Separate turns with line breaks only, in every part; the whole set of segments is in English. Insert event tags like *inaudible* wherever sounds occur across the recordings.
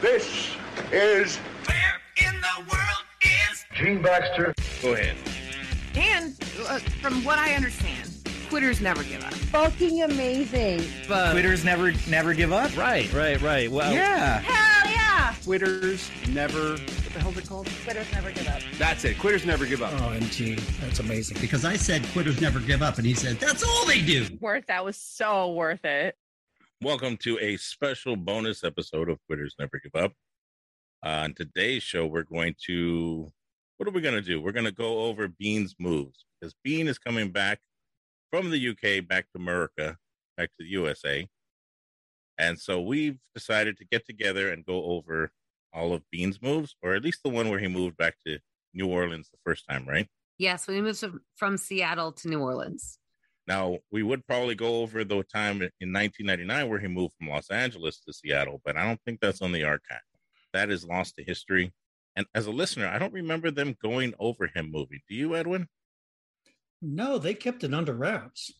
This is
Where in the world is
Gene Baxter.
Go ahead.
And uh, from what I understand, quitters never give up.
fucking amazing.
Quitters never never give up.
Right, right, right. Well,
Yeah.
Hell yeah!
Quitters never. What the hell is it called?
Quitters never give up.
That's it. Quitters never give up.
OMG, Oh, that's amazing.
because I said quitters never give up, and he said that's all they do.
worth that was so worth it
Welcome to a special bonus episode of Quitters Never Give Up. Uh, on today's show, we're going to what are we going to do? We're going to go over Bean's moves because Bean is coming back from the UK back to America, back to the USA. And so we've decided to get together and go over all of Bean's moves, or at least the one where he moved back to New Orleans the first time, right?
Yes, when he moves from Seattle to New Orleans.
Now, we would probably go over the time in 1999 where he moved from Los Angeles to Seattle, but I don't think that's on the archive. That is lost to history. And as a listener, I don't remember them going over him moving. Do you, Edwin?
No, they kept it under wraps.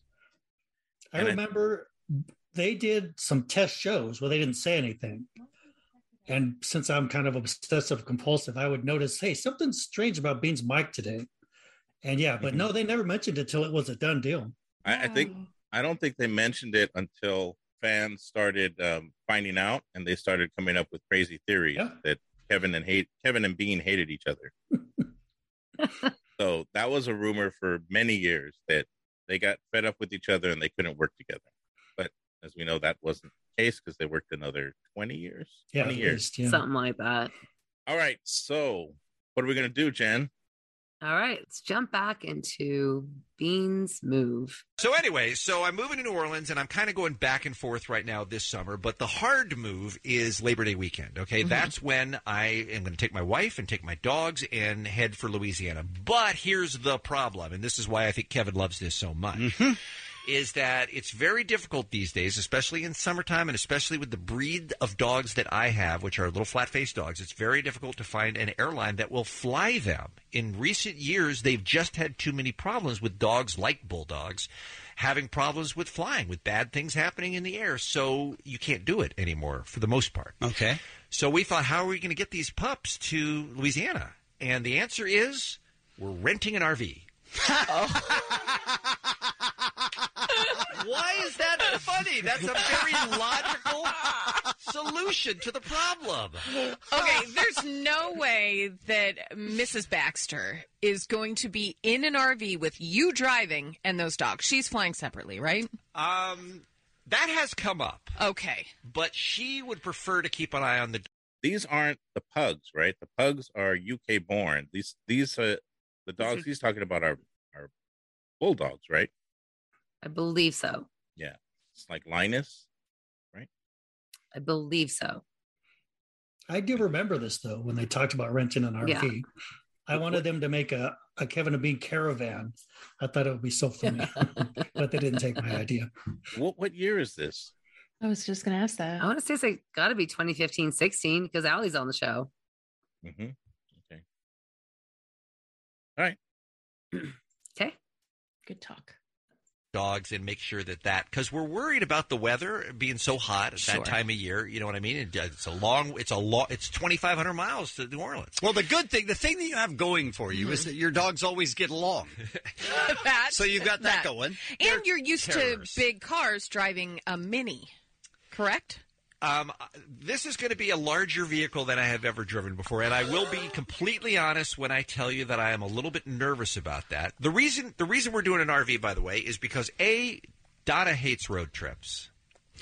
I
And I-
remember they did some test shows where they didn't say anything. And since I'm kind of obsessive compulsive, I would notice, hey, something's strange about Bean's mic today. And yeah,
Mm-hmm.
but no, they never mentioned it till it was a done deal.
I, I think I don't think they mentioned it until fans started um, finding out and they started coming up with crazy theories
Yeah.
that Kevin and hate Kevin and Bean hated each
*laughs*
other. so that was a rumor for many years that they got fed up with each other and they couldn't work together. But as we know, that wasn't the case because they worked another twenty years.
Yeah,
twenty
at
years.
least, yeah.
Something like that.
All right. So what are we gonna do, Jen?
All right, let's jump back into Bean's move.
So, anyway, so I'm moving to New Orleans and I'm kind of going back and forth right now this summer, but the hard move is Labor Day weekend. Okay. That's when I am going to take my wife and take my dogs and head for Louisiana. But here's the problem, and this is why I think Kevin loves this so much. Is that it's very difficult these days, especially in summertime and especially with the breed of dogs that I have, which are little flat faced dogs. It's very difficult to find an airline that will fly them. In recent years, they've just had too many problems with dogs like bulldogs having problems with flying, with bad things happening in the air. So you can't do it anymore for the most part.
Okay,
So we thought, how are we going to get these pups to Louisiana? And the answer is we're renting an RV. Why is *laughs* that funny? That's a very logical solution to the problem.
okay there's no way that mrs baxter is going to be in an rv with you driving and those dogs she's flying separately right
Um, that has come up,
okay *laughs*
but she would prefer to keep an eye on the
These aren't the pugs, right? The pugs are UK born. These these uh, the dogs he's talking about are are bulldogs, right?
I believe so.
It's like Linus.
I believe so.
I do remember this though when they talked about renting an RV. I wanted them to make a, a Kevin and Bean caravan. I thought it would be so
*laughs*
funny, *laughs* but they didn't take my idea.
What what year is this?
i was just gonna ask that
I want to say it's like got to be 2015, 16 because Allie's on the show.
Mm-hmm. Okay.
Okay.
good talk
dogs and make sure that that because we're worried about the weather being so hot at
Sure.
that time of year. You know what I mean? And, uh, It's a long, it's a long, it's twenty five hundred miles to New Orleans.
Well, the good thing, the thing that you have going for you is that your dogs always get
*laughs*
along.
that,
So you've got that going.
and you're used
terrors.
to big cars driving a mini correct
Um, this is going to be a larger vehicle than I have ever driven before, and I will be completely honest when I tell you that I am a little bit nervous about that. The reason the reason we're doing an RV, by the way, is because a Donna hates road trips.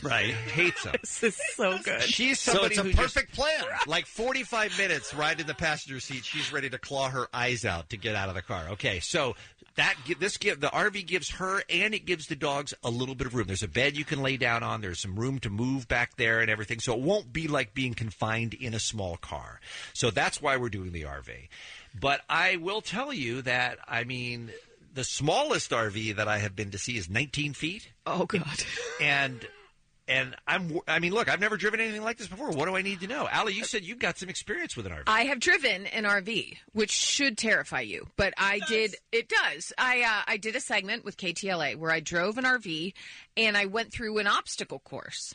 Right. Hates them.
This is so good.
She's
So
somebody
it's a
who just-
perfect plan.
Like 45 minutes right in the passenger seat, she's ready to claw her eyes out to get out of the car. Okay, so that gi- this give the RV gives her and it gives the dogs a little bit of room. There's a bed you can lay down on. There's some room to move back there and everything. So it won't be like being confined in a small car. So that's why we're doing the RV. But I will tell you that I mean the smallest RV that I have been to see is 19 feet.
Oh God! *laughs*
And and I'm I mean, look, I've never driven anything like this before. What do I need to know? Allie, you said you've got some experience with an RV.
I have driven an RV, which should terrify you, but I did. It does. I uh, I did a segment with KTLA where I drove an RV and I went through an obstacle course.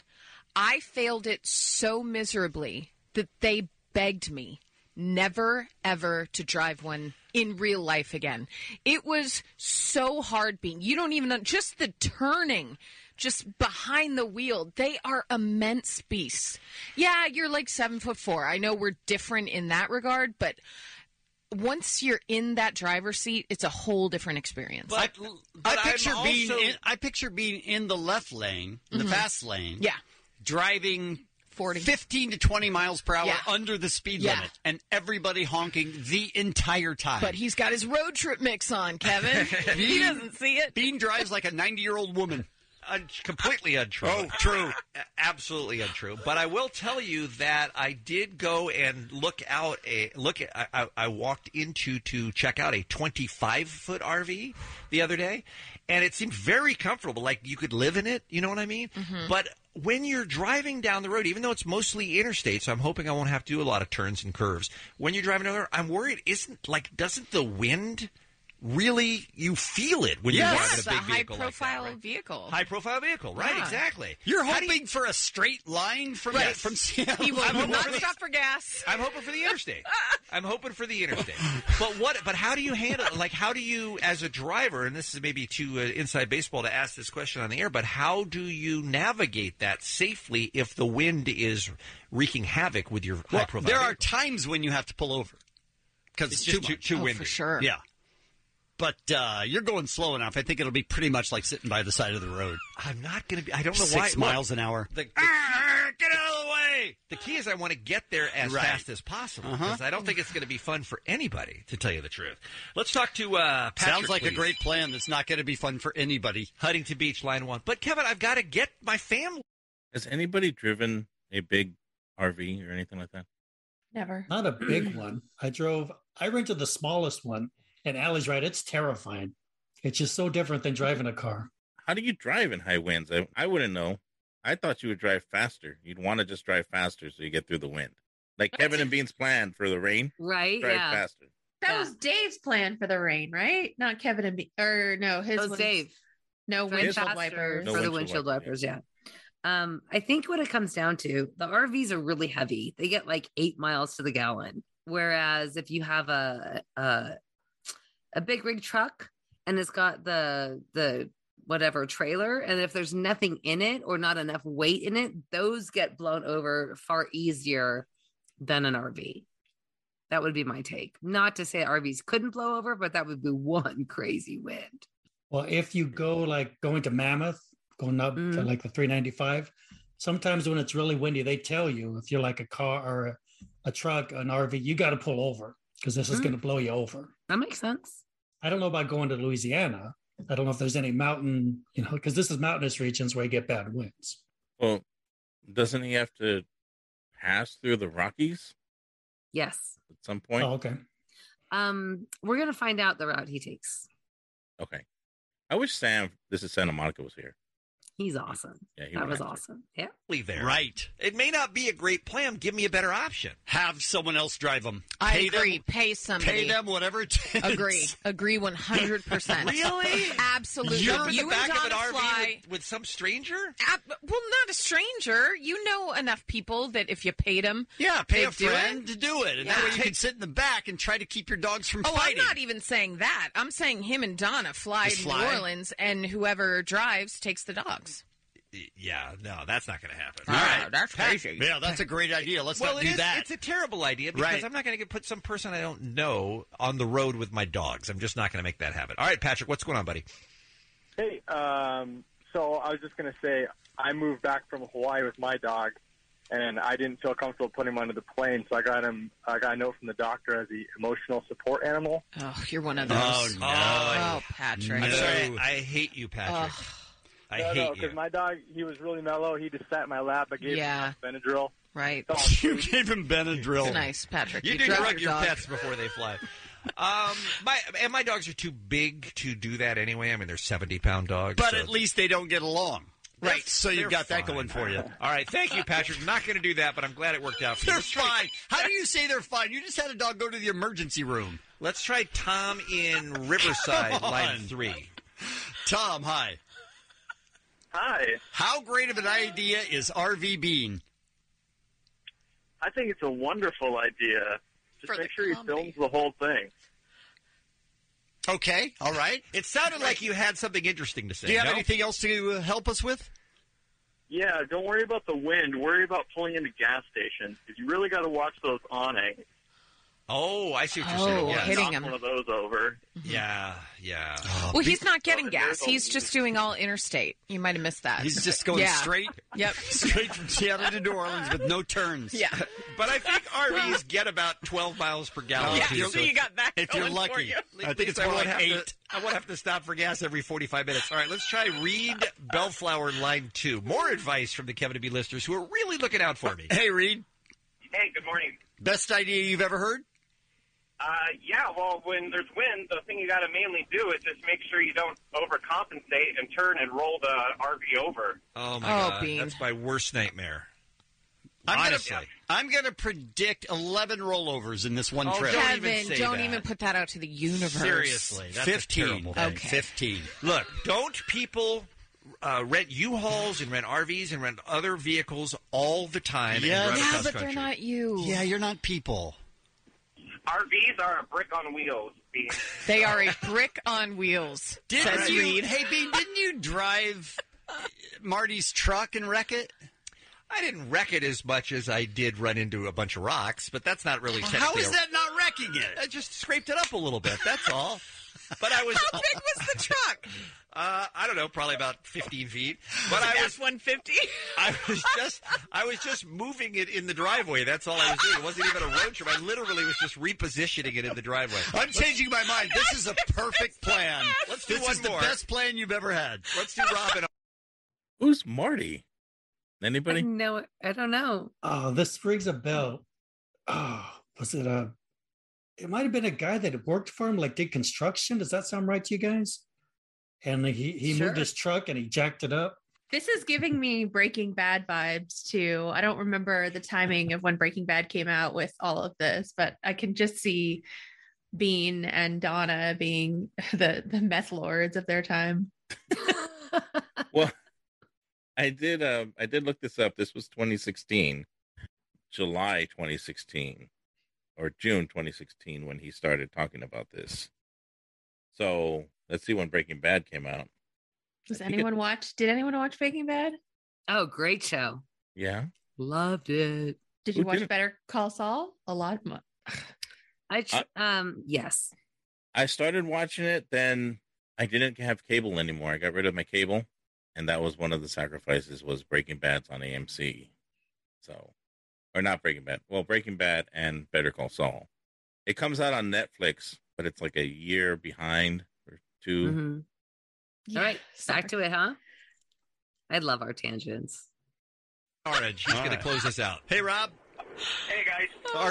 I failed it so miserably that they begged me never ever to drive one in real life again. It was so hard being. You don't even know just the turning just behind the wheel. They are immense beasts. Yeah, you're like seven foot four. I know we're different in that regard, but once you're in that driver's seat, it's a whole different experience.
But, I
I'm
picture being
also-
in, I picture being in the left lane, in
Mhm.
the fast lane.
Yeah.
Driving 40. 15 to 20 miles per hour
Yeah.
under the speed
Yeah.
limit and everybody honking the entire time.
but he's got his road trip mix on,
*laughs*
Kevin. he doesn't see it.
Bean drives like a 90-year-old woman.
Un- completely untrue.
Oh, true.
Absolutely untrue. But I will tell you that I did go and look out a look. At, I, I, I walked into to check out a 25 foot RV the other day, and it seemed very comfortable. Like you could live in it. You know what I mean?
Mm-hmm.
But when you're driving down the road, even though it's mostly interstate, so I'm hoping I won't have to do a lot of turns and curves. When you're driving down the road, I'm worried. Isn't like doesn't the wind really? You feel it when you're driving
yes,
a big
high
vehicle like
profile vehicle.
High profile vehicle, right?
Yeah.
Exactly.
You're
How do
hoping for a straight line from
Right.
from Seattle.
He will
I'm hoping
not
for the-
stop for
*laughs*
gas.
I'm hoping for the interstate. I'm hoping for the interstate. But what? But how do you handle? Like, how do you, as a driver, and this is maybe too uh, inside baseball to ask this question on the air, but how do you navigate that safely if the wind is wreaking havoc with your high profile?
there are times when you have to pull over because
It's
it's,
just
too,
too-
much.
too Oh, for windy. sure.
Yeah, but uh, you're going slow enough. I think it'll be pretty much like sitting by the side of the road.
I'm not going to be. I don't know
Six
why. Look,
miles an hour.
The, the,
Ah,
get out of the way. The key is I want to get there as
Right.
fast as possible
Uh-huh.
because I don't think it's going to be fun for anybody, to tell you the truth. Let's talk to uh, Patrick.
Sounds like
please.
a great plan. That's not going to be fun for anybody.
Huntington Beach, line one. But Kevin, I've got to get my family.
Has anybody driven a big RV or anything like that?
Never.
Not a big one. I drove. I rented the smallest one, and Allie's right. It's terrifying. It's just so different than driving a car.
How do you drive in high winds? I, I wouldn't know. I thought you would drive faster. You'd want to just drive faster so you get through the wind. Like Kevin and Bean's plan for the rain,
Right?
drive
yeah.
faster.
That was Dave's plan for the rain, right? Not Kevin and me. Or no, his
That was
was-
Dave.
No
For the
windshield
faster-
wipers.
for the windshield wipers. Yeah. Um, I think what it comes down to, the RVs are really heavy. They get like eight miles to the gallon. Whereas if you have a a, a big rig truck and it's got the the whatever trailer, and if there's nothing in it or not enough weight in it, those get blown over far easier than an RV. That would be my take. Not to say RVs couldn't blow over, but that would be *laughs* one crazy wind.
Well, if you go like going to Mammoth, going up to
Mhm.
like the 395, sometimes when it's really windy, they tell you if you're like a car or a, a truck, an RV, you got to pull over because this is
Mm.
going to blow you over.
That makes sense.
I don't know about going to Louisiana. I don't know if there's any mountain, you know, because this is mountainous regions where you get bad winds.
Well, doesn't he have to pass through the Rockies
Yes.
at some point?
Oh, okay.
Um, we're gonna find out the route he takes.
Okay. I wish Sam, this is Santa Monica, was here.
He's awesome.
Yeah, he
that
would
was
have to.
awesome. Yeah.
there.
Right.
It may not be a great plan. Give me a better option.
Have someone else drive them.
I
pay
agree.
Them,
Pay somebody.
Pay them whatever it takes. *laughs*
Agree. Agree 100%.
Really?
Absolutely.
You're in the
and
back of an
Donna
RV
Fly-
with, with some stranger?
Uh, b- well, not a stranger. You know enough people that if you paid them,
Yeah, pay
they'd
a
do it.
friend to do it, and that
Yeah.
way you can sit in the back and try to keep your dogs from
Oh, I'm
fighting.
not even saying that. I'm saying him and Donna fly
Just
to
fly.
New Orleans, and whoever drives takes the dogs.
Yeah, no, that's not going to happen.
All right.
that's
Pat-
crazy.
Yeah, that's a great idea. Let's
Ah, well,
not
it
do
is-
that.
It's a terrible idea because
Right.
I'm not going to put some person I don't know on the road with my dogs. I'm just not going to make that happen. All right, Patrick, what's going on, buddy?
Hey, um, so I was just going to say, I moved back from Hawaii with my dog, and I didn't feel comfortable putting him onto the plane, so I got him. I got a note from the doctor as the emotional support animal.
Oh, you're one of
Oh,
those.
no.
Oh, Patrick.
I'm sorry. I hate you, Patrick.
Ugh.
I
no, no,
hate
because my dog, he was really mellow. He just sat in my lap. I gave
Yeah.
him
*laughs*
Benadryl.
Right.
You gave him Benadryl.
It's nice, Patrick.
you.
You
You do
drug
drug
your
your
dog.
pets before they fly. Um, my and my dogs are too big to do that anyway. I mean, they're seventy pound dogs.
But
so-
at least they don't get along. Right. So you've
They're
got that
fine.
going for you.
All right, thank you, Patrick. Not going to do that, but I'm glad it worked out for you.
They're fine. How do you say they're fine? You just had a dog go to the emergency room.
Let's try Tom in Riverside,
Come
line
on.
three.
Tom, hi.
Hi.
How great of an idea is RV Bean?
I think it's a wonderful idea. Just make sure he films the whole thing.
Okay, all right.
It sounded like you had something interesting to say.
Do you have
no?
anything else to uh, help us with?
Yeah, don't worry about the wind. Worry about pulling into gas stations because you really got to watch those awnings.
Oh, I see what you're
Don't
saying.
wanna
Yeah.
knock one of those over.
Yeah, yeah.
Oh,
Well, he's not getting gas.
a-
He's just doing all interstate. You might have missed that.
He's
*laughs*
just going
Yeah.
straight,
*laughs*
Yep.
straight from Seattle to New Orleans with no turns.
Yeah.
But I think RVs get about 12 miles per gallon.
Yeah,
too,
so you got that
Oh, If
going
you're lucky,
for you. I
At
think
least
it's more
won't
like
have to-
eight.
I won't have to stop for gas every 45 minutes. All right, let's try Reed Bellflower line two. More advice from the Kevin to Be listeners who are really looking out for me.
Hey, Reed.
Hey, good morning.
Best idea you've ever heard?
Uh, yeah, well, when there's wind, the thing you got to mainly do is just make sure you don't overcompensate and turn and roll the RV over.
Oh my
Oh,
god,
Bean.
that's my worst nightmare.
I'm
Honestly.
gonna, I'm gonna predict 11 rollovers in this one trip.
Kevin, don't even put that out to the universe.
Seriously, that's 15. a terrible thing.
Okay.
15.
Look, don't people uh, rent U-Hauls and rent RVs and rent other vehicles all the time?
Yes.
And run
Yeah,
across
but
country?
not you.
Yeah, you're not people.
RVs are a brick on wheels. Bean.
They are a brick on wheels.
Did
says
you,
Reed.
Hey, Bean, didn't you drive Marty's truck and wreck it?
I didn't wreck it as much as I did run into a bunch of rocks, but that's not really.
How
technically
is
a-
that not wrecking it?
I just scraped it up a little bit. That's *laughs* all. But I was. How big
was the truck?
Uh, I don't know, probably about 15 feet. But I was
150.
I was
*laughs*
just, I was just moving it in the driveway. That's all I was doing. It wasn't even a road trip. I literally was just repositioning it in the driveway.
I'm changing my mind. This is a perfect plan.
*laughs* Let's do
this
one
is
more.
the best plan you've ever had.
Let's do Robin.
Who's Marty? Anybody?
No, I don't know.
Oh, this rings a bell. Oh, was it a? It might have been a guy that worked for him, like did construction. Does that sound right to you guys? And he he
Sure.
moved his truck and he jacked it up.
This is giving me Breaking Bad vibes too. I don't remember the timing of when Breaking Bad came out with all of this, but I can just see Bean and Donna being *laughs* the the meth lords of their
*laughs*
time.
I did. Uh, I did look this up. This was 2016, July 2016, or June 2016 when he started talking about this. So let's see when Breaking Bad came out.
Does
think it-
anyone watch? Did anyone watch Breaking Bad?
Oh, great show.
Yeah.
Loved it.
Did
Who
you watch
didn't?
Better Call Saul? A lot. More.
I tr- um yes.
I started watching it, then I didn't have cable anymore. I got rid of my cable, and that was one of the sacrifices was Breaking Bad's on AMC. So, or not Breaking Bad. Well, Breaking Bad and Better Call Saul. It comes out on Netflix, but it's like a year behind or 2
Mm-hmm.
*laughs*
All right, back to it, huh? I love our tangents.
Orange. He's going to close us out.
Hey, Rob.
Hey
*laughs*
guys,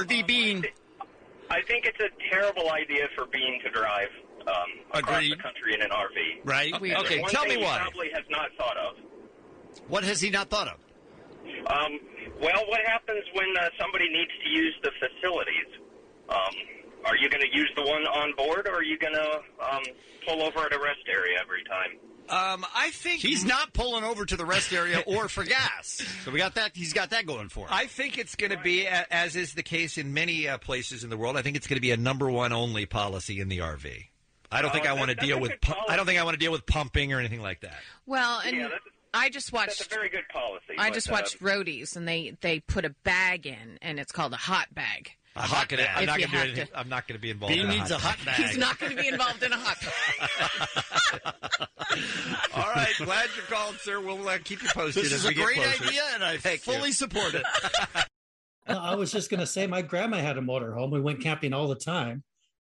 RV Bean.
I think it's a terrible idea for Bean to drive um, across the country in an RV.
Right.
That's
Okay,
one
tell
thing
me
he
why.
Probably has not thought of.
What has he not thought of?
Um, well, what happens when uh, somebody needs to use the facilities? Um, are you going to use the one on board, or are you going to um, pull over at a rest area every time?
Um, I think
he's not pulling over to the rest area or for gas. So we got that. He's got that going for him.
I think it's going to be, a- as is the case in many uh, places in the world. I think it's going to be a number one only policy in the RV. I don't
Oh,
think I
that-
want to
that's
deal
a
with.
good
Pu- I don't
policy.
think I want to deal with pumping or anything like that.
Well, and
Yeah, that's-
I just watched.
That's a very good policy.
I
but,
just
uh,
watched Roadies, and they they put a bag in, and it's called a hot bag.
I'm not going to. I'm
If
not
you
going to do
have
anything. I'm not going to be involved.
Bean
in
needs a hot bag.
*laughs*
He's not going to be involved in a hot bag.
All right,
*laughs*
right. Glad you called, sir. We'll uh, keep you posted.
This
as
is
we
a
get
great
closer.
idea, and I
Thank you.
fully support it.
No, I was just going to say, my grandma had a motorhome. We went camping all the time.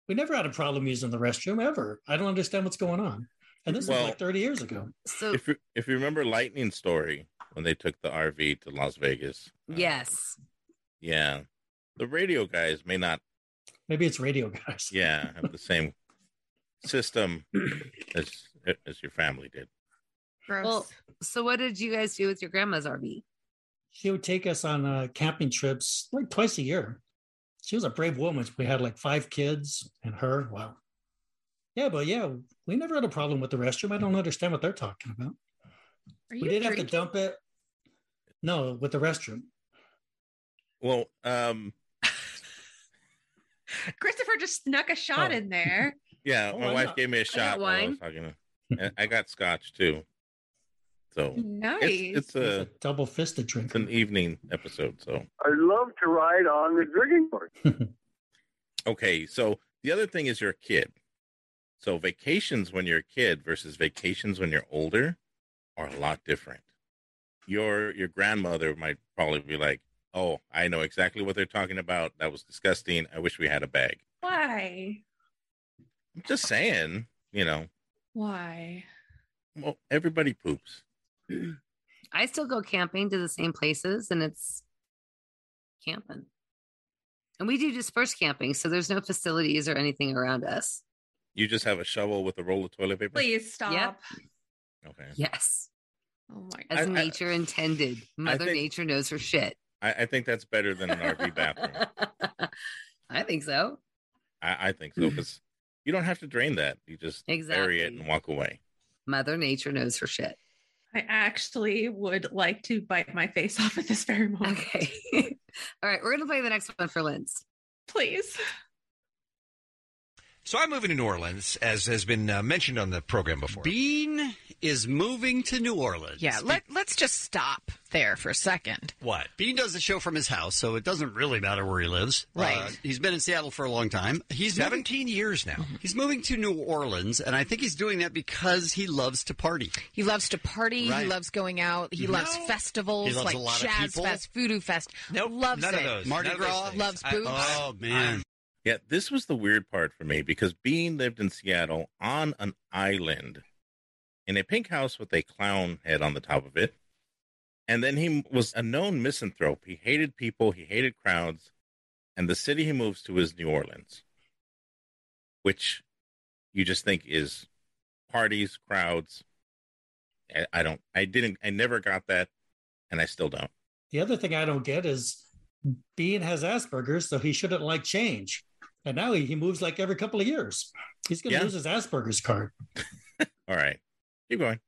We never had a problem using the restroom ever. I don't understand what's going on. And this
Well-
was like 30 years ago.
So
If you, if you remember Lightning's story when they took the RV to Las Vegas,
yes.
yeah, the radio guys may not,
Maybe it's radio guys.
yeah, have the same system as as your family did.
Well, so what did you guys do with your grandma's RV?
She would take us on uh, camping trips like twice a year. She was a brave woman. We had like five kids and her. Wow. Yeah, but yeah, we never had a problem with the restroom. I don't understand what they're talking about.
Are
we did have to dump it. No, with the restroom.
Well, um,
Christopher just snuck a shot in there.
yeah,
Oh,
my
I'm
wife
not-
gave me
I
a
got
shot while I
wine.
was talking. To, and I got scotch too, so
Nice.
it's, it's a
double fisted drink.
It's an evening episode, so
I love to ride on the drinking horse.
Okay, so the other thing is you're a kid. So vacations when you're a kid versus vacations when you're older are a lot different. Your your grandmother might probably be like, "Oh, I know exactly what they're talking about. That was disgusting. I wish we had a bag."
Why?
I'm just saying, you know,
Why?
well, everybody poops.
I still go camping to the same places and it's camping. And we do dispersed camping, so there's no facilities or anything around us.
You just have a shovel with a roll of toilet paper.
Please stop.
Yep.
Okay.
Yes.
Oh my
As
I- I-
nature intended. Mother
think-
Nature knows her
*laughs*
shit.
I, I think that's better than an RV bathroom.
*laughs* I think so.
I, I think so because you don't have to drain that. You just bury it
Exactly.
and walk away.
Mother Nature knows her shit.
I actually would like to bite my face off at this very moment.
Okay. *laughs* All right, we're gonna play the next one for Lynn's.
Please.
So I'm moving to New Orleans, as has been uh, mentioned on the program before.
Bean is moving to New Orleans.
Yeah, let, let's just stop there for a second.
What? Bean does the show from his house, so it doesn't really matter where he lives. Uh,
Right.
he's been in Seattle for a long time. He's Mm-hmm.
17 years now.
He's moving to New Orleans, and I think he's doing that because he loves to party.
He loves to party.
Right.
He loves going out. He
Mhm.
loves
No.
festivals
He loves
like
a lot of
Jazz
people.
Fest, Voodoo Fest.
Nope,
loves
none of
it.
those.
Mardi
None of those
Gras,
things.
loves
I-
boots.
Oh, man.
Yeah, this was the weird part for me because Bean lived in Seattle on an island in a pink house with a clown head on the top of it. And then he was a known misanthrope. He hated people, he hated crowds. And the city he moves to is New Orleans, which you just think is parties, crowds. I, I don't, I didn't, I never got that. And I still don't.
The other thing I don't get is Bean has Asperger's, so he shouldn't like change. And now he, he moves like every couple of years. He's going to
Yeah.
lose his Asperger's card.
All right. Keep going.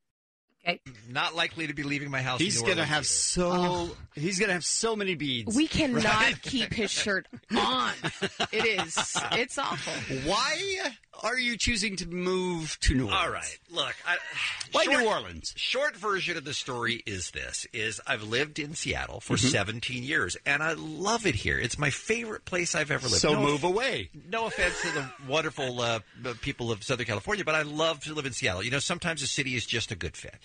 Not likely to be leaving my house.
He's
in New
gonna
Orleans
have
either.
so he's gonna have so many beads.
We
*laughs*
cannot
Right?
keep his shirt on. It is. It's awful.
Why are you choosing to move to New Orleans?
All right, look. I, *sighs*
Why New Orleans?
Short version of the story is this: is I've lived in Seattle for 17 years, and I love it here. It's my favorite place I've ever lived.
So
No
move
off-
away.
No offense to the wonderful uh, b- people of Southern California, but I love to live in Seattle. You know, sometimes a city is just a good fit.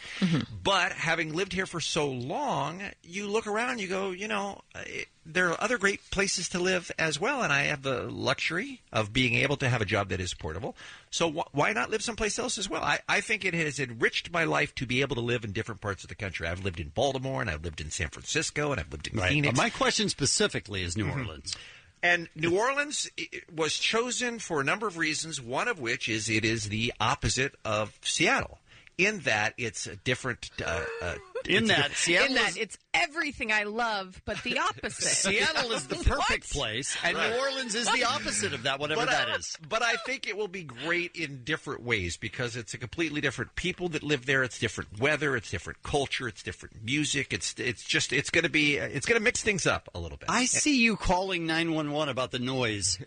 But having lived here for so long, you look around, you go, you know, uh, it, there are other great places to live as well. And I have the luxury of being able to have a job that is portable. So wh- why not live someplace else as well? I, I think it has enriched my life to be able to live in different parts of the country. I've lived in Baltimore and I've lived in San Francisco and I've lived in
Right.
Phoenix.
But my question specifically is New Orleans.
And New Orleans i- was chosen for a number of reasons, one of which is it is the opposite of Seattle, in that it's a different. Uh, uh,
In
it's
that
a different-
Seattle
In
is-
that it's everything I love, but the opposite.
Seattle
*laughs*
is the perfect place, and
Right.
New Orleans is the opposite of that, *laughs* whatever
but uh,
that is.
I, But I think it will be great in different ways because it's a completely different people that live there. It's different weather. It's different culture. It's different music. It's it's just it's going to be it's going to mix things up a little bit.
I see you calling 911 about the noise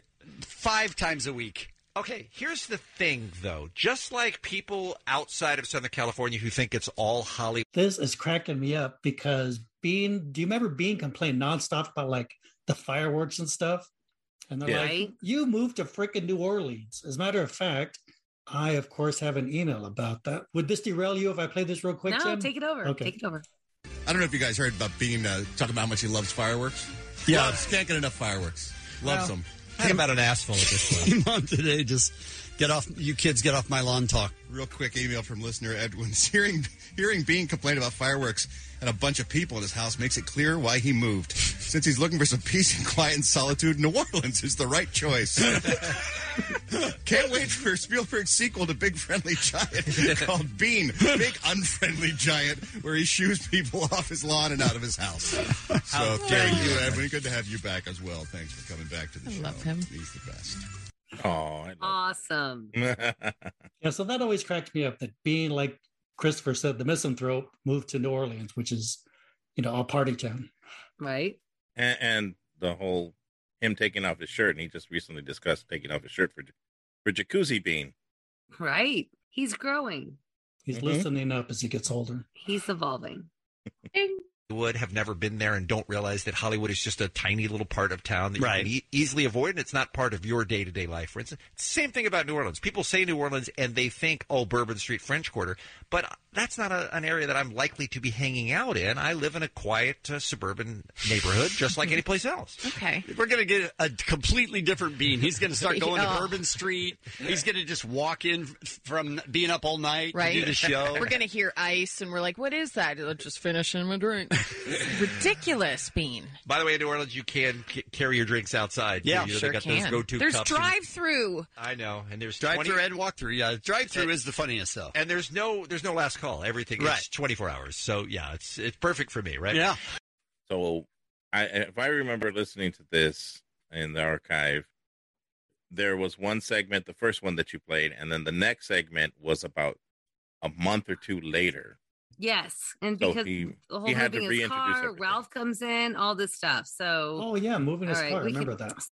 five times a week.
Okay, here's the thing though. Just like people outside of Southern California who think it's all Hollywood.
This is cracking me up because Bean, do you remember Bean complained nonstop about like the fireworks and stuff? And they're
Yeah.
like,
Right.
you moved to freaking New Orleans. As a matter of fact, I, of course, have an email about that. Would this derail you if I play this real quick?
no,
Sam?
take it over.
Okay.
Take it over.
I don't know if you guys heard about Bean uh, talking about how much he loves fireworks.
Yeah.
Loves, can't get enough fireworks. Loves
Well, *laughs*
them.
Had about an asshole at this point. Came on today, just get off, you kids get off my lawn talk.
Real quick email from listener Edwin's *laughs* hearing hearing Bean complain about fireworks and a bunch of people in his house makes it clear why he moved. Since he's looking for some *laughs* peace and quiet and solitude, New Orleans is the right choice. *laughs* Can't wait for Spielberg's sequel to Big Friendly Giant *laughs* called Bean, Big Unfriendly Giant, where he shoos people *laughs* off his lawn and out of his house. *laughs* So thank you, Edwin. Good to have you back as well. Thanks for coming back to the
I
show.
love him.
He's the best. Oh,
Awesome.
*laughs*
Yeah, so that always cracked me up that being like Christopher said, the misanthrope moved to New Orleans, which is, you know, a party town.
Right?
and, and the whole him taking off his shirt, and he just recently discussed taking off his shirt for for jacuzzi bean.
Right. He's growing.
He's
Mm-hmm.
listening up as he gets older.
He's evolving.
Hollywood have never been there and don't realize that Hollywood is just a tiny little part of town that you can e- easily avoid, and it's not part of your day to day life. For instance, same thing about New Orleans. People say New Orleans and they think, oh, Bourbon Street, French Quarter, but that's not a, an area that I'm likely to be hanging out in. I live in a quiet uh, suburban neighborhood, just like
*laughs*
any place else.
Okay.
We're going to get a completely different Bean. He's going to start going
Yeah.
to Bourbon Street. He's going to just walk in f- from being up all night
Right.
to do the show.
We're going to hear ice, and we're like, what is that? Let's just finish in my drink. It's ridiculous, Bean.
By the way, in New Orleans, you can c- carry your drinks outside.
Yeah,
you know,
sure
they got those
can.
go-to
There's
cups and-
drive-through.
I know, and there's
drive
20
through and walk through. Yeah, drive through is the funniest stuff.
and there's no there's no last call. Everything is
Right.
24 hours. So yeah, it's it's perfect for me, right?
Yeah.
So, I if I remember listening to this in the archive, there was one segment, the first one that you played, and then the next segment was about a month or two later.
Yes. And
So
because
he-
the whole
he had to
moving his
reintroduce
car,
everything.
Ralph comes in, all this stuff. So
Oh yeah, moving his
All right,
car.
we
Remember
can-
that.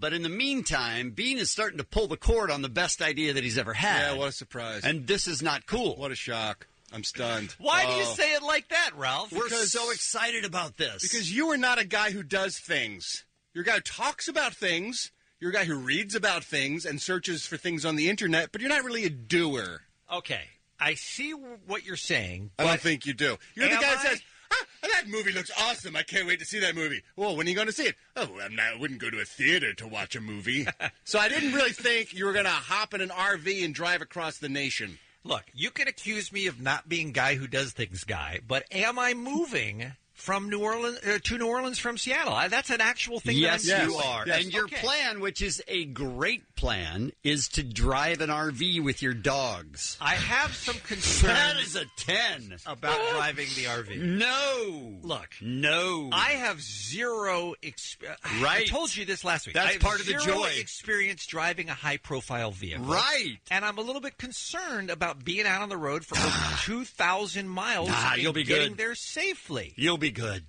But in the meantime, Bean is starting to pull the cord on the best idea that he's ever had.
Yeah, what a surprise.
And this is not cool.
What a shock. I'm stunned.
Why do you
Oh.
say it like that, Ralph? We're
Because-
so excited about this.
Because you are not a guy who does things. You're a guy who talks about things. You're a guy who reads about things and searches for things on the internet, but you're not really a doer.
Okay, I see what you're saying.
I don't think you do. You're the
Am
guy
I?
that says, ah, that movie looks awesome. I can't wait to see that movie. Well, when are you going to see it? Oh, well, I'm not, I wouldn't go to a theater to watch a
*laughs*
movie. so I didn't really think you were going to hop in an RV and drive across the nation.
Look, you can accuse me of not being guy who does things guy, but am I moving from New Orleans uh, to New Orleans from Seattle? I, that's an actual thing.
Yes,
that I'm
you
doing.
are. And your
Okay.
plan, which is a great plan, is to drive an RV with your dogs.
I have some concern.
That is a 10
about
*laughs*
driving the RV.
No.
Look.
No.
I have zero experience. I
Right.
told you this last week.
That's
I have
part of the
zero
joy.
Experience driving a high-profile vehicle,
Right.
And I'm a little bit concerned about being out on the road
*sighs*
for over two thousand miles.
Nah,
and
you'll be
getting
good.
there safely.
You'll be good.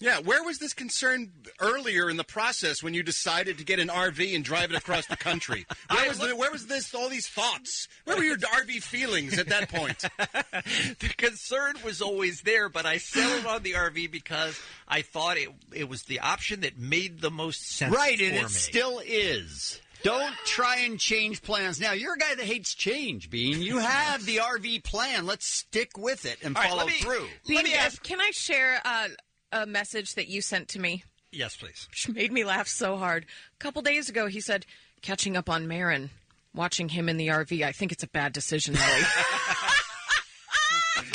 Yeah, where was this concern earlier in the process when you decided to get an RV and drive it across the country? Where was, the, where was this? All these thoughts. Where were your RV feelings at that point?
*laughs* the concern was always there, but I settled on the RV because I thought it it was the option that made the most sense.
Right,
for
and
me.
it still is. Don't try and change plans now. You're a guy that hates change, Bean. You have the RV plan. Let's stick with it and
All right,
follow
let me-
through.
Bean, uh, can I share uh, a message that you sent to me? *laughs*
Yes, please.
which made me laugh so hard. A couple days ago, he said, catching up on Marin, watching him in the RV. I think it's a bad decision, Ellie.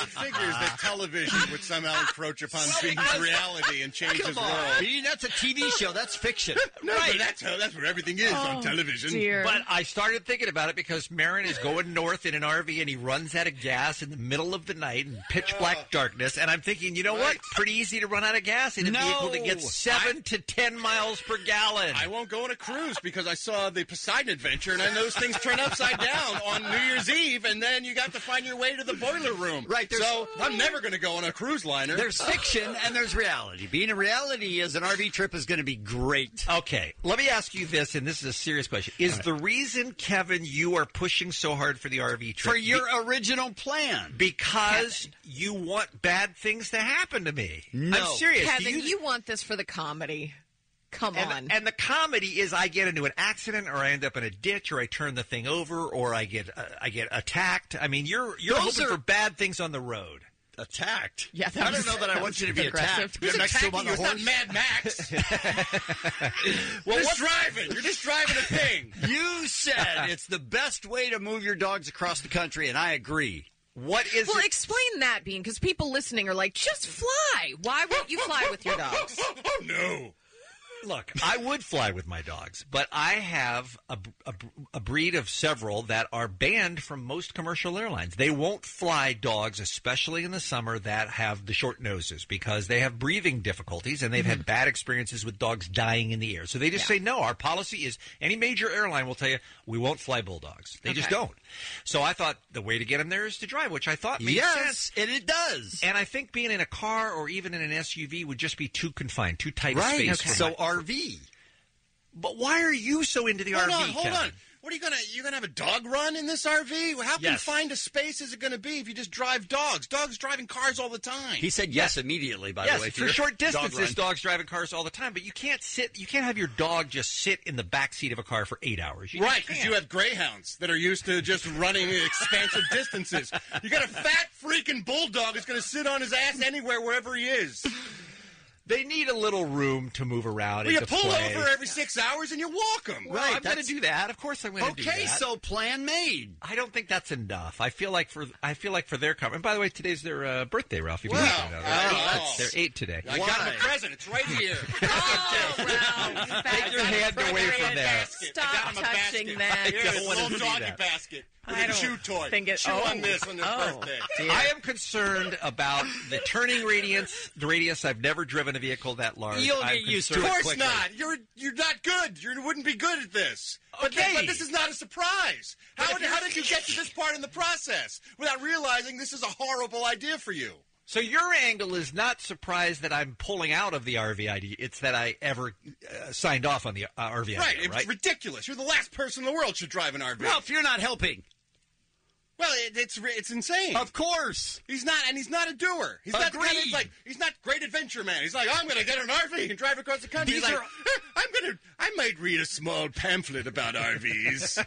Figures that television would somehow encroach upon Bean's reality and change his
*laughs* Come on,
world.
Bean. That's a TV show. That's fiction.
No, but that's how that's where everything is
Oh,
on television.
But I started thinking about it because Marin is going north in an RV and he runs out of gas in the middle of the night in pitch black darkness. And I'm thinking, you know what? Pretty easy to run out of gas in a
No.
vehicle that gets seven to ten miles per gallon.
I won't go on a cruise because I saw the Poseidon Adventure, and I know those things turn upside down on New Year's Eve, and then you got to find your way to the boiler room. Right. Hmm. So I'm never going to go on a cruise liner.
There's fiction and there's reality. Being a reality is an RV trip is going to be great.
Oh,
Okay, let me ask you this, and this is a serious question: Is the reason, Kevin, you are pushing so hard for the RV trip
for your original plan
because you want bad things to happen to me? I'm serious. Do
Kevin,
you-
you... want this for the comedy. Come
and,
on.
And the comedy is I get into an accident or I end up in a ditch or I turn the thing over or I get uh, I get attacked. I mean, you're you're
Those
hoping
are-
for bad things on the road.
Attacked.
Yeah, that
I don't
was-
know that, I
that
want
was
you to be
aggressive.
attacked.
Who's
You're next to him on
attacking
the
you?
horse.
It's
Mad *laughs* Max.
well,
just
what's-
driving. You're just driving a thing. *laughs* you said it's the best way to move your dogs across the country, and I agree.
What is
well, explain that, Bean, because people listening are like, just fly. Why won't you fly with your
*laughs*
*laughs*
dogs?
Oh no! Look, I would fly with my dogs, but I have a, a, a breed of several that are banned from most commercial airlines. They won't fly dogs, especially in the summer, that have the short noses because they have breathing difficulties and they've had
Mm-hmm.
bad experiences with dogs dying in the air. So they just say, no, our policy is any major airline will tell you, we won't fly bulldogs. They just
Okay.
don't. So I thought the way to get them there is to drive, which I thought made
Yes,
sense.
and it does.
And I think being in a car or even in an SUV would just be too confined, too tight
Right.
a space.
Okay.
for
So
my-
RV.
But why are you so into the
hold
RV?
on, hold
Kevin?
on. What are you gonna? You gonna have a dog run in this RV? How
Yes.
confined a space is it gonna be if you just drive dogs? Dogs driving cars all the time.
He said yes
immediately.
yes, for short distances, dogs driving cars all the time. But you can't sit. You can't have your dog just sit in the back seat of a car for eight hours. You
Right,
just
because
can't.
you have greyhounds that are used to just running *laughs* expansive distances. You got a fat freaking bulldog that's going to sit on his ass anywhere, wherever he is.
They need a little room to move around.
Well, you
and to
pull
play.
over every six hours and you walk him.
Well, I'm going to do that. Of course, I'm going to do that.
Okay, so plan made.
I don't think that's enough. I feel like for I feel like for their cover. And by the way, today's their uh, birthday, Ralph. You
Wow.
mentioned that. They're
Oh.
eight- They're eight today.
I got
*laughs*
him a present. It's right here. *laughs*
Oh,
Take your hand away from there.
Stop touching that.
Here's a little doggy basket with a chew toy.
think it-
chew
oh.
on this on their
Oh,
birthday.
I am concerned about the turning radius. The radius. I've never driven a vehicle that large.
You'll
I'm
get used to it. Of
concerned
course
quickly.
not. You're you're not good. You wouldn't be good at this. But, thi-
Okay.
but this is not a surprise. How,
if you're-
how did you get to this part in the process without realizing this is a horrible idea for you?
So your angle is not surprised that I'm pulling out of the RV ID. It's that I ever uh, signed off on the uh, RV idea,
right.
right?
It's ridiculous. You're the last person in the world should drive an RV.
Ralph,
you're not helping. Well, it, it's ri- it's insane. Of course, he's not, and he's not a doer. He's not the kind of,
Agreed.
like he's not great adventure man. He's like, I'm going to get an RV and drive across the country.
These
he's like,
are-
"Eh, I'm going to, I might read a small pamphlet about RVs.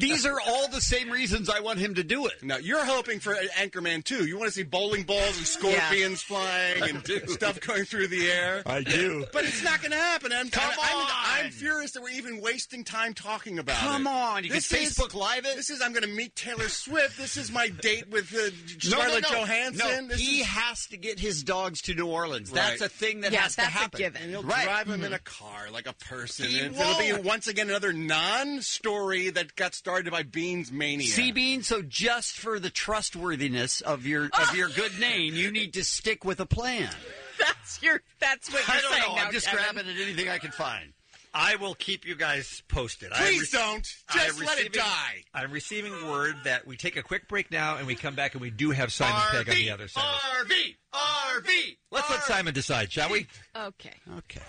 These
are all the same reasons I want him to do it. Now you're hoping for Anchorman too. You want to see bowling balls and scorpions flying
I do.
and stuff going through the air.
I do.
But it's not going to happen. I'm,
Come
I'm, I'm,
on.
I'm furious that we're even wasting time talking about it.
Come on, you can Facebook
Live it. This is I'm going to meet Taylor Swift. This is my date with uh,
No, no,
Scarlett
no.
Johansson.
No,
This
he
is-
has to get his dogs to New Orleans. That's
Right.
a thing that has to happen.
And he'll
right.
drive him in a car like a person.
He
and it'll be
won't.
once again another non-story that got started by Beans Mania.
See, Bean. So just for the trustworthiness of your of your good name, you need to stick with a plan.
*laughs* That's your. That's what you're
I don't
saying
know.
now,
I'm just
Kevin.
grabbing at anything I can find.
I will keep you guys posted.
Please don't. Just let it die.
I'm receiving word that we take a quick break now and we come back and we do have Simon Pegg on the other side.
RV, RV.
Let's let Simon decide, shall we?
Okay.
Okay.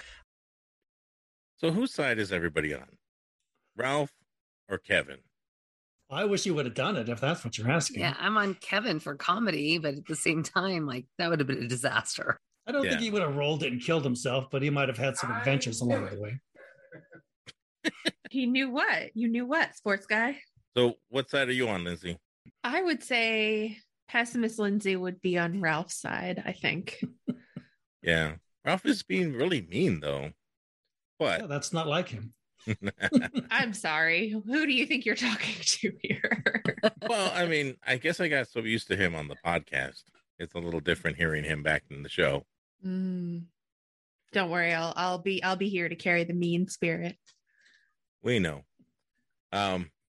So whose side is everybody on? Ralph or Kevin?
I wish you would have done it if that's what you're
*laughs*
asking.
Yeah, I'm on Kevin for comedy, but at the same time, like that would have been a disaster.
I don't think he would have rolled it and killed himself, but he might have had some adventures along the way.
He knew what? You knew what, sports guy?
So what side are you on, Lindsay?
I would say pessimist Lindsay would be on Ralph's side, I think.
Yeah. Ralph is being really mean though.
*laughs*
But
Yeah, that's not like him.
I'm sorry. Who do you think you're talking to here?
well, I mean, I guess I got so used to him on the podcast. It's a little different hearing him back in the show.
Mm. Don't worry, I'll I'll be I'll be here to carry the mean spirit.
We know. Um *laughs*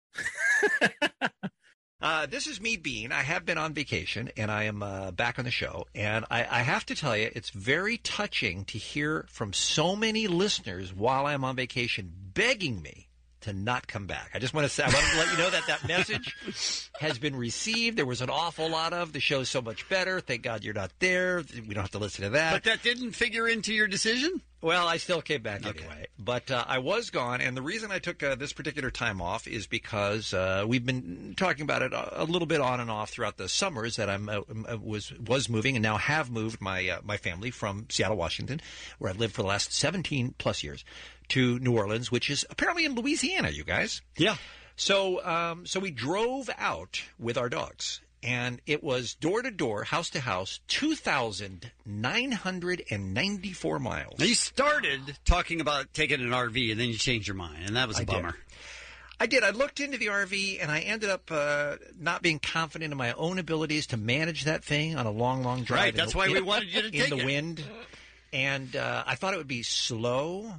Uh, this is me, Bean. I have been on vacation and I am uh, back on the show. And I, I have to tell you, it's very touching to hear from so many listeners while I'm on vacation begging me to not come back. I just want to say, I want to let you know that that *laughs* message has been received. There was an awful lot of the show's so much better. Thank God you're not there. We don't have to listen to that.
But that didn't figure into your decision.
Well, I still came back anyway, but uh, I was gone, and the reason I took uh, this particular time off is because uh, we've been talking about it a, a little bit on and off throughout the summer. Is that I'm uh, um, uh, was was moving and now have moved my uh, my family from Seattle, Washington, where I've lived for the last 17 plus years, to New Orleans, which is apparently in Louisiana. You guys, yeah. So um, so we drove out with our dogs. And it was door to door, house to house, 2,994 miles.
Now, you started talking about taking an RV, and then you changed your mind, and that was a
I did.
bummer.
I did. I looked into the RV and I ended up uh, not being confident in my own abilities to manage that thing on a long, long drive.
Right,
in
that's
the-
why we
*laughs* in-
wanted you to
in
take
the
it.
wind, and uh, I thought it would be slow,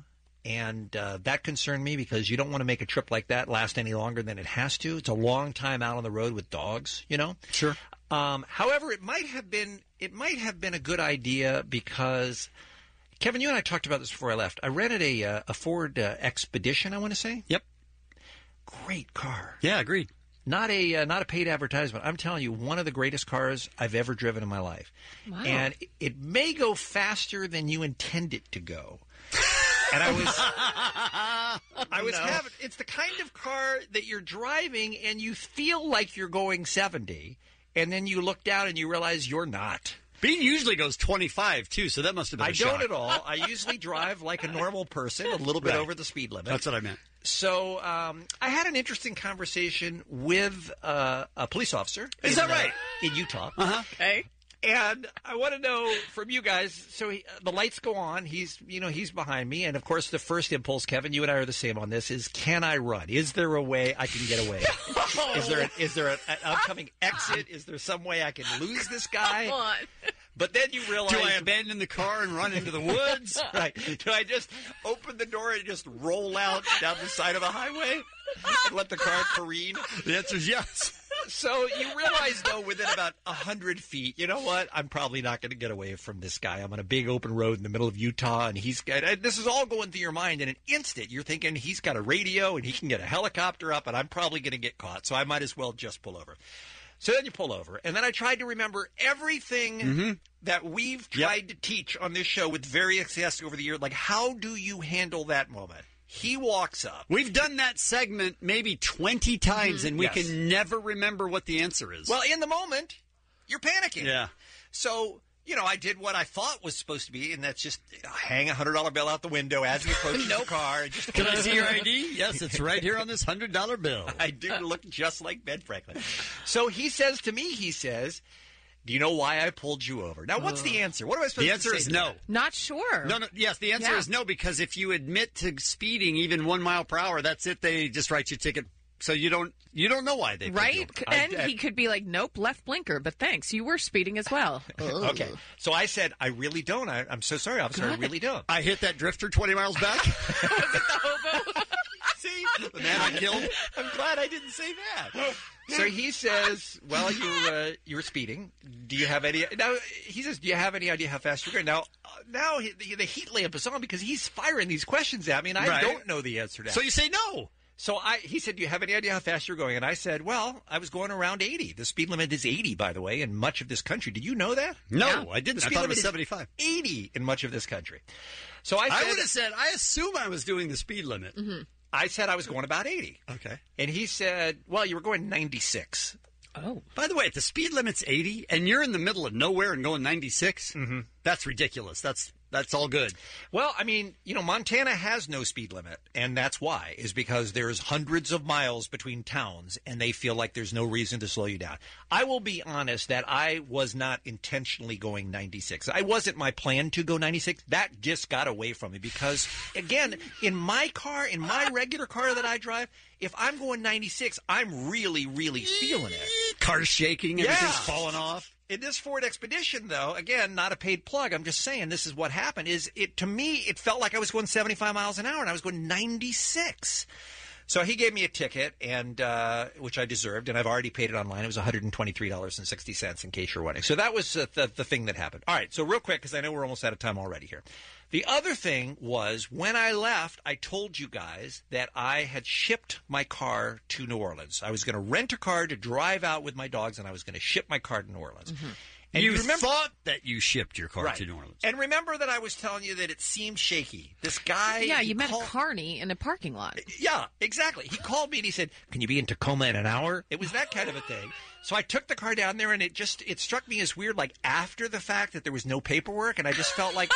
and uh, that concerned me because you don't want to make a trip like that last any longer than it has to. It's a long time out on the road with dogs, you know. Sure. Um, however, it might have been it might have been a good idea because. Kevin, you and I talked about this before I left. I rented a uh, a Ford uh, Expedition, I want to say. Yep. Great car.
Yeah, agreed.
Not a uh, not a paid advertisement. I'm telling you, one of the greatest cars I've ever driven in my life.
Wow.
And it- it may go faster than you intend it to go. And I was *laughs* I was
No.
having it's the kind of car that you're driving and you feel like you're going 70 and then you look down and you realize you're not.
Bean usually goes 25, too, so that must have been
I
a
don't
shock.
at all. I usually drive like a normal person, a little bit
Right.
over the speed limit.
That's what I meant.
So um, I had an interesting conversation with uh, a police officer.
Is
in,
that
uh,
right?
in Utah. Uh-huh.
Hey.
And I want to know from you guys. So he, uh, the lights go on. He's, you know, he's behind me, and of course, the first impulse, Kevin, you and I are the same on this: is can I run? Is there a way I can get away? Is there an, is there an, an upcoming exit? Is there some way I can lose this
*laughs*
guy? But then you realize
Do I abandon the car and run into the woods?
*laughs* right. Do I just open the door and just roll out down the side of a highway and let the car careen?
*laughs* The answer is yes.
So you realize, though, within about a hundred feet, you know what? I'm probably not going to get away from this guy. I'm on a big open road in the middle of Utah, and he's and I- this is all going through your mind in an instant. You're thinking he's got a radio and he can get a helicopter up, and I'm probably going to get caught. So I might as well just pull over. So then you pull over, and then I tried to remember everything that we've tried to teach on this show with various guests over the year. Like, how do you handle that moment? He walks up.
We've done that segment maybe 20 times, and we
Yes.
can never remember what the answer is.
Well, in the moment, you're panicking.
yeah.
So, you know, I did what I thought was supposed to be, and that's just hang a hundred dollar bill out the window as
*laughs*
we approach the car. and Just
Can I see your ID? Yes, it's right here on this hundred dollar *laughs* bill.
*laughs* I do look just like Ben Franklin. So he says to me, he says, "Do you know why I pulled you over?" Now, what's the answer? What am I supposed
Oh. The answer
to say
is
to
no.
Not sure.
No, no, yes, the answer
Yeah.
is no because if you admit to speeding even one mile per hour, that's it. They just write you a ticket, so you don't you don't know why they pulled you
Right?
over.
And
I- I-
he could be like, nope, left blinker, but thanks. You were speeding as well.
*laughs*
that? Okay. So I said, "I really don't. I, I'm so sorry, officer. I
God.
really don't."
I hit that drifter twenty miles
*laughs*
back. *laughs* See, the man I killed.
I'm glad I didn't say that. So he says, "Well, you uh, you were speeding. Do you have any?" Now he says, "Do you have any idea how fast you're going?" Now, uh, now he, the, the heat lamp is on because he's firing these questions at me, and I
Right.
don't know the answer to.
So you say no.
So I, he said, "Do you have any idea how fast you're going?" And I said, "Well, I was going around 80. The speed limit is 80, by the way, in much of this country. Did you know that?
No, I didn't. I
The speed
thought it
limit
was
is
75.
80 in much of this country. So I,
I,
said, Mm-hmm.
would have said I assume I was doing the speed limit.
I said I was going about 80.
Okay.
And he said, "Well, you were going 96."
Oh.
By the way, if the speed limit's 80 and you're in the middle of nowhere and going 96,
Mm-hmm.
that's ridiculous. That's that's all good.
Well, I mean, you know, Montana has no speed limit, and that's why is because there's hundreds of miles between towns, and they feel like there's no reason to slow you down. I will be honest that I was not intentionally going 96. I wasn't my plan to go 96. That just got away from me because, again, in my car, in my regular car that I drive, if I'm going 96, I'm really, really feeling it.
Car's shaking,
Yeah.
everything's falling off.
In this Ford Expedition, though, again, not a paid plug. I'm just saying this is what happened. Is it to me? It felt like I was going 75 miles an hour, and I was going 96. So he gave me a ticket, and uh, which I deserved, and I've already paid it online. It was 123 dollars and 60 cents, in case you're wondering. So that was uh, the, the thing that happened. All right, so real quick, because I know we're almost out of time already here. The other thing was when I left, I told you guys that I had shipped my car to New Orleans. I was going to rent a car to drive out with my dogs, and I was going to ship my car to New Orleans.
And Mm-hmm. you,
you remember-
thought that you shipped your car
Right.
to New Orleans.
And remember that I was telling you that it seemed shaky. This guy.
yeah,
he
you met
called-
a carney in a parking lot.
Yeah, exactly. He called me and he said, "Can you be in Tacoma in an hour?" It was that kind of a thing. So I took the car down there, and it just it struck me as weird, like after the fact that there was no paperwork, and I just felt like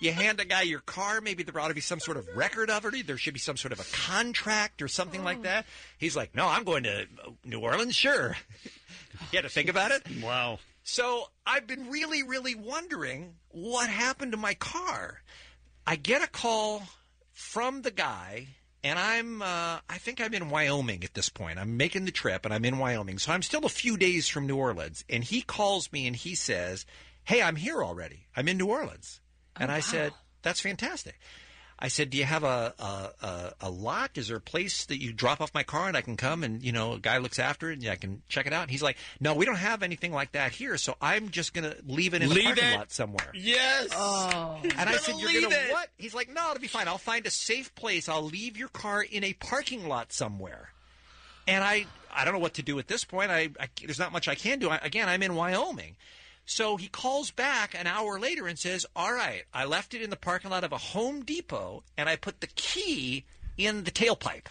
you hand a guy your car, maybe there ought to be some sort of record of it. Or there should be some sort of a contract or something like that. He's like, "No, I'm going to uh, New Orleans, sure." *laughs* you had to think about it.
Wow.
So I've been really, really wondering what happened to my car. I get a call from the guy, and I'm, uh, I think I'm in Wyoming at this point. I'm making the trip, and I'm in Wyoming. So I'm still a few days from New Orleans. And he calls me and he says, Hey, I'm here already. I'm in New Orleans.
Oh,
And I said, That's fantastic. I said, "Do you have a, a a a lot? Is there a place that you drop off my car and I can come and you know a guy looks after it and I can check it out?" And he's like, "No, we don't have anything like that here, so I'm just gonna leave it in
Leave
a parking
it.
lot somewhere."
Yes.
Oh. *laughs* And I
gonna
said, "You're
leave
gonna
it."
what?" He's like, "No, it'll be fine. I'll find a safe place. I'll leave your car in a parking lot somewhere." And I I don't know what to do at this point. I, I there's not much I can do. I, again, I'm in Wyoming. So he calls back an hour later and says, "All right, I left it in the parking lot of a Home Depot and I put the key in the tailpipe."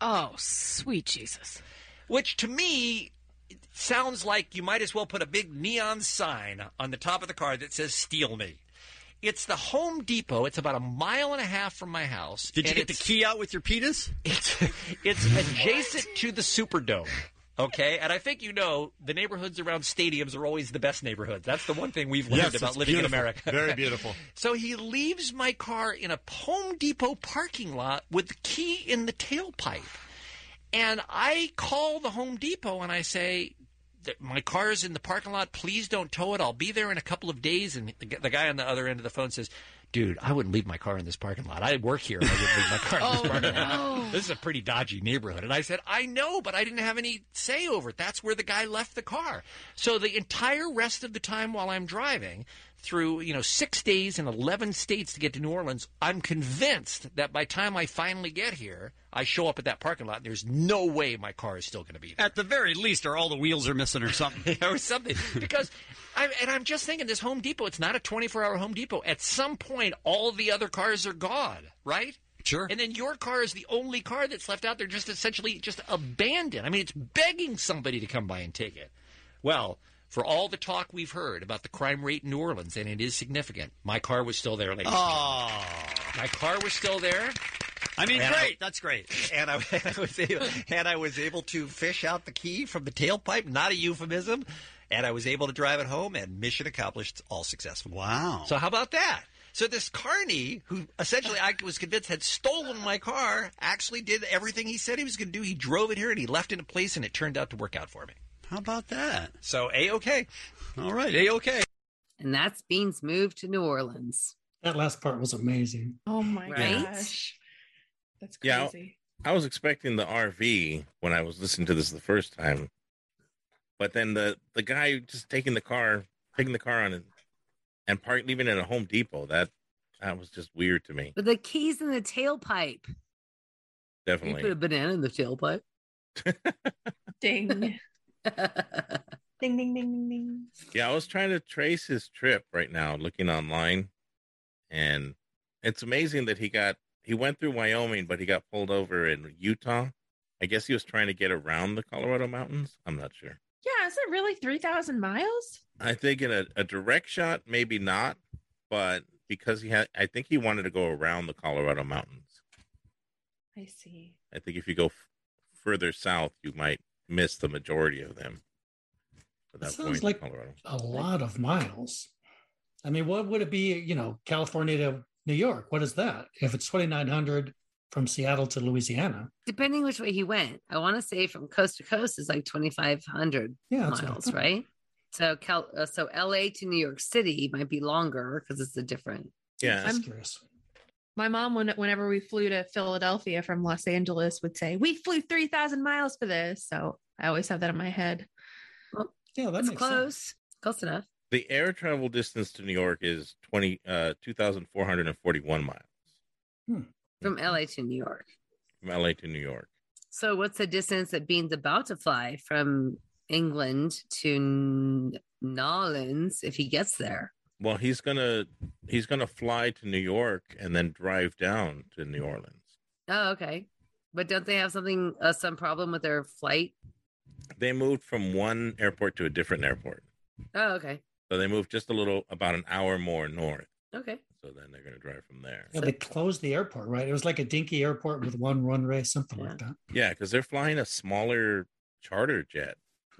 Oh, sweet Jesus.
Which to me it sounds like you might as well put a big neon sign on the top of the car that says "Steal me." It's the Home Depot. It's about a mile and a half from my house.
Did you
and
get the
it's-
key out with your penis?
*laughs* It's it's adjacent to the Superdome. Okay, and I think you know the neighborhoods around stadiums are always the best neighborhoods. That's the one thing we've learned
Yes,
about
it's
living in
beautiful.
America.
Very beautiful.
so he leaves my car in a Home Depot parking lot with the key in the tailpipe. And I call the Home Depot and I say, "Th- My car is in the parking lot. Please don't tow it. I'll be there in a couple of days. And the g- the guy on the other end of the phone says, Dude, I wouldn't leave my car in this parking lot. I work here. I wouldn't leave my car in this parking lot. This is a pretty dodgy neighborhood. And I said, I know, but I didn't have any say over it. That's where the guy left the car. So the entire rest of the time while I'm driving, through you know six days in 11 states to get to new orleans i'm convinced that by the time i finally get here i show up at that parking lot and there's no way my car is still going to be
At the very least, or all the wheels are missing or *laughs* something.
there *laughs* or something because I, and i'm just thinking this home depot it's not a 24-hour home depot at some point all the other cars are gone right
Sure.
and then your car is the only car that's left out there just essentially just abandoned i mean it's begging somebody to come by and take it well for all the talk we've heard about the crime rate in New Orleans, and it is significant, my car was still there, ladies. and
Oh.
My car was still there.
I mean,
And I-
great. That's great. *laughs*
and I, and I was able, and I was able to fish out the key from the tailpipe. Not a euphemism. And I was able to drive it home, and mission accomplished, all successful.
Wow.
So how about that? So this carney, who essentially I was convinced had stolen my car, actually did everything he said he was going to do. He drove it here and he left it in place, and it turned out to work out for me.
How about that?
So a okay.
All right, a okay.
And that's Bean's move to New Orleans.
That last part was amazing.
Oh my
Right?
gosh. That's
Yeah.
crazy.
I was expecting the RV when I was listening to this the first time, but then the the guy just taking the car, taking the car on and and park leaving it at a Home Depot. That that was just weird to me.
But the keys in the tailpipe. You put
Definitely.
a banana in the tailpipe. *laughs*
Ding. *laughs* ding, ding, ding, ding, ding.
Yeah, I was trying to trace his trip right now, looking online, and it's amazing that he got he went through Wyoming, but he got pulled over in Utah. I guess he was trying to get around the Colorado mountains. I'm not sure.
Yeah, is it really 3,000 miles?
I think in a, a direct shot, maybe not, but because he had, I think he wanted to go around the Colorado mountains.
I see.
I think if you go f- further south, you might miss the majority of them. At
That
that
sounds
point,
like
Colorado.
a lot of miles. I mean, what would it be, you know, California to New York? What is that? If it's 2,900 from Seattle to Louisiana.
Depending which way he went, I want to say from coast to coast is like 2,500
Yeah, that's what I
miles,
thought.
right? So, Cal- uh, so LA to New York City might be longer because it's a different.
Yeah.
I'm- My mom, when, whenever we flew to Philadelphia from Los Angeles, would say, We flew 3,000 miles for this. So I always have that in my head.
Yeah,
that's close. Close enough.
The air travel distance to New York is 20, uh, 2,441 miles
From LA to New York.
from LA to New York.
So, what's the distance that Bean's about to fly from England to N- Nolans if he gets there.
Well, he's gonna he's gonna fly to New York and then drive down to New Orleans.
Oh, okay. But don't they have something, uh, some problem with their flight?
They moved from one airport to a different airport,
Oh, okay.
so they moved just a little, about an hour more north.
Okay.
So then they're gonna drive from there.
Yeah, they closed the airport, right? It was like a dinky airport with one runway, something like that.
Yeah, because they're flying a smaller charter jet.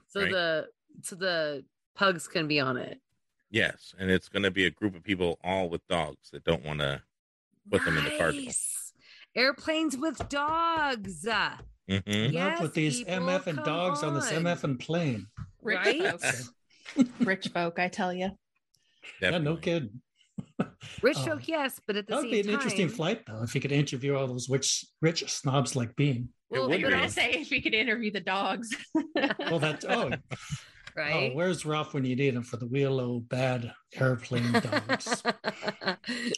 So
Right.
the so the pugs can be on it.
Yes, and it's going to be a group of people all with dogs that don't want to put them in the cargo.
Nice. Airplanes with dogs.
Mhm.
Not with these
people,
MF and
come
dogs on. this
on.
MF and plane.
Rich
Right?
folk. *laughs* Rich folk, I tell you.
Yeah, no kidding.
Rich
Um,
folk, yes, but at the
That
same
would be an
time,
interesting flight, though, if you could interview all those rich, rich snobs like Bean.
Well,
would
I'm going
be.
to say if we could interview the dogs. *laughs*
*laughs*
Well, that's oh,
right?
oh, where's Ralph when you need him for the wheel o' bad
*laughs*
airplane dogs?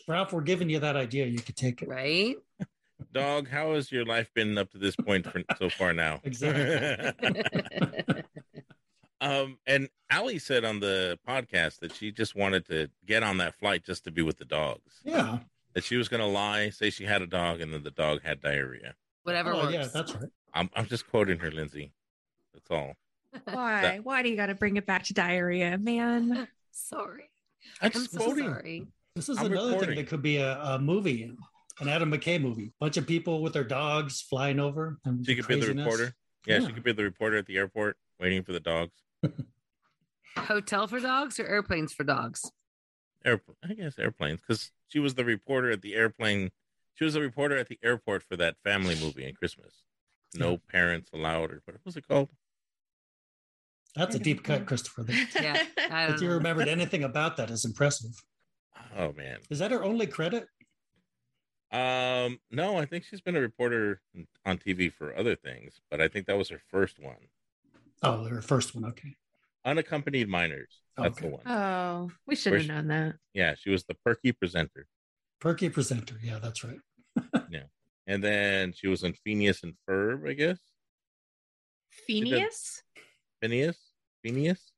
Ralph, we're giving you that idea. You could take it,
right? *laughs*
Dog, how has your life been up to this point for, so far
*laughs*
now?
Exactly.
*laughs* um, and Allie said on the podcast that she just wanted to get on that flight just to be with the dogs.
Yeah.
That she was going to lie, say she had a dog, and then the dog had diarrhea.
Whatever
Oh,
works.
yeah, that's right.
I'm, I'm just quoting her, Lindsay. That's all.
Why? Why do you got to bring it back to diarrhea, man?
Sorry.
I'm
so sorry.
This is
I'm
another
recording.
thing that could be a, a movie, an Adam McKay movie. Bunch of people with their dogs flying over. And
She could be the
craziness.
reporter. Yeah,
Yeah.
she could be the reporter at the airport waiting for the dogs.
Hotel for dogs or airplanes for dogs?
Air, I guess airplanes, because she was the reporter at the airplane. She was the reporter at the airport for that family movie in Christmas. No parents allowed, or what was it called?
That's a deep cut, Christopher. That,
Yeah.
*laughs*
*laughs* I
that
don't
you
know.
remembered anything about that is impressive.
Oh man.
Is that her only credit?
Um, no, I think she's been a reporter on TV for other things, but I think that was her first one.
Oh, her first one. Okay.
Unaccompanied minors. That's the one.
Oh, we should
Where
have
she-
known that.
Yeah, she was the perky presenter.
Perky presenter. Yeah, that's right.
And then she was in Phineas and Ferb, I guess. did.
Phineas?
Phineas? Phineas?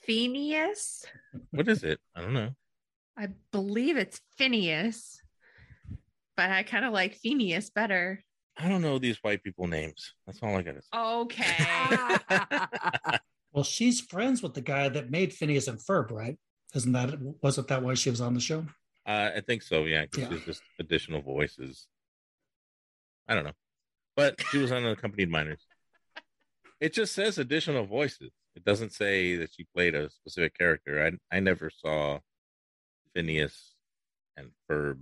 Phineas?
What is it? I don't know.
I believe it's Phineas, but I kind of like Phineas better.
I don't know these white people names. That's all I gotta
*laughs*
say.
*laughs*
Okay.
Well, she's friends with the guy that made Phineas and Ferb, right? Isn't that wasn't that why she was on the show?
Oh.
Uh, I think so. Yeah, 'cause
Yeah.
she's just additional voices. I don't know, but she was on unaccompanied minors. It just says additional voices. It doesn't say that she played a specific character. I I never saw Phineas and Ferb.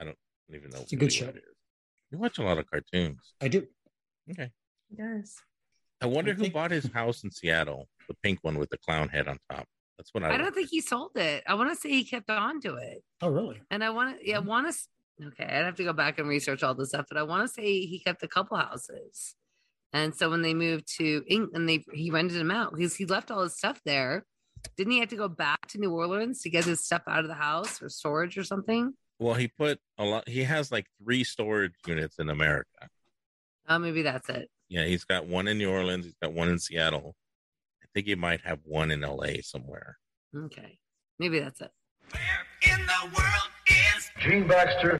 I don't even know.
It's a good
really
show.
what it is. You watch a lot of cartoons.
I do.
Okay.
*laughs* Yes.
I wonder
I
who
think-
bought his house in Seattle, the pink one with the clown head on top. That's what I.
I don't think he sold it. I want to say he kept on to it.
Oh, really?
And I want to, yeah, want to, okay, I'd have to go back and research all this stuff, but I want to say he kept a couple houses. And so when they moved to England, they he rented them out because he left all his stuff there. Didn't he have to go back to New Orleans to get his stuff out of the house or storage or something?
Well, he put a lot. He has like three storage units in America.
Oh, maybe that's it.
Yeah, he's got one in New Orleans. He's got one in Seattle. I think he might have one in LA somewhere.
Okay, maybe that's it.
Where in the world is
Gene Baxter.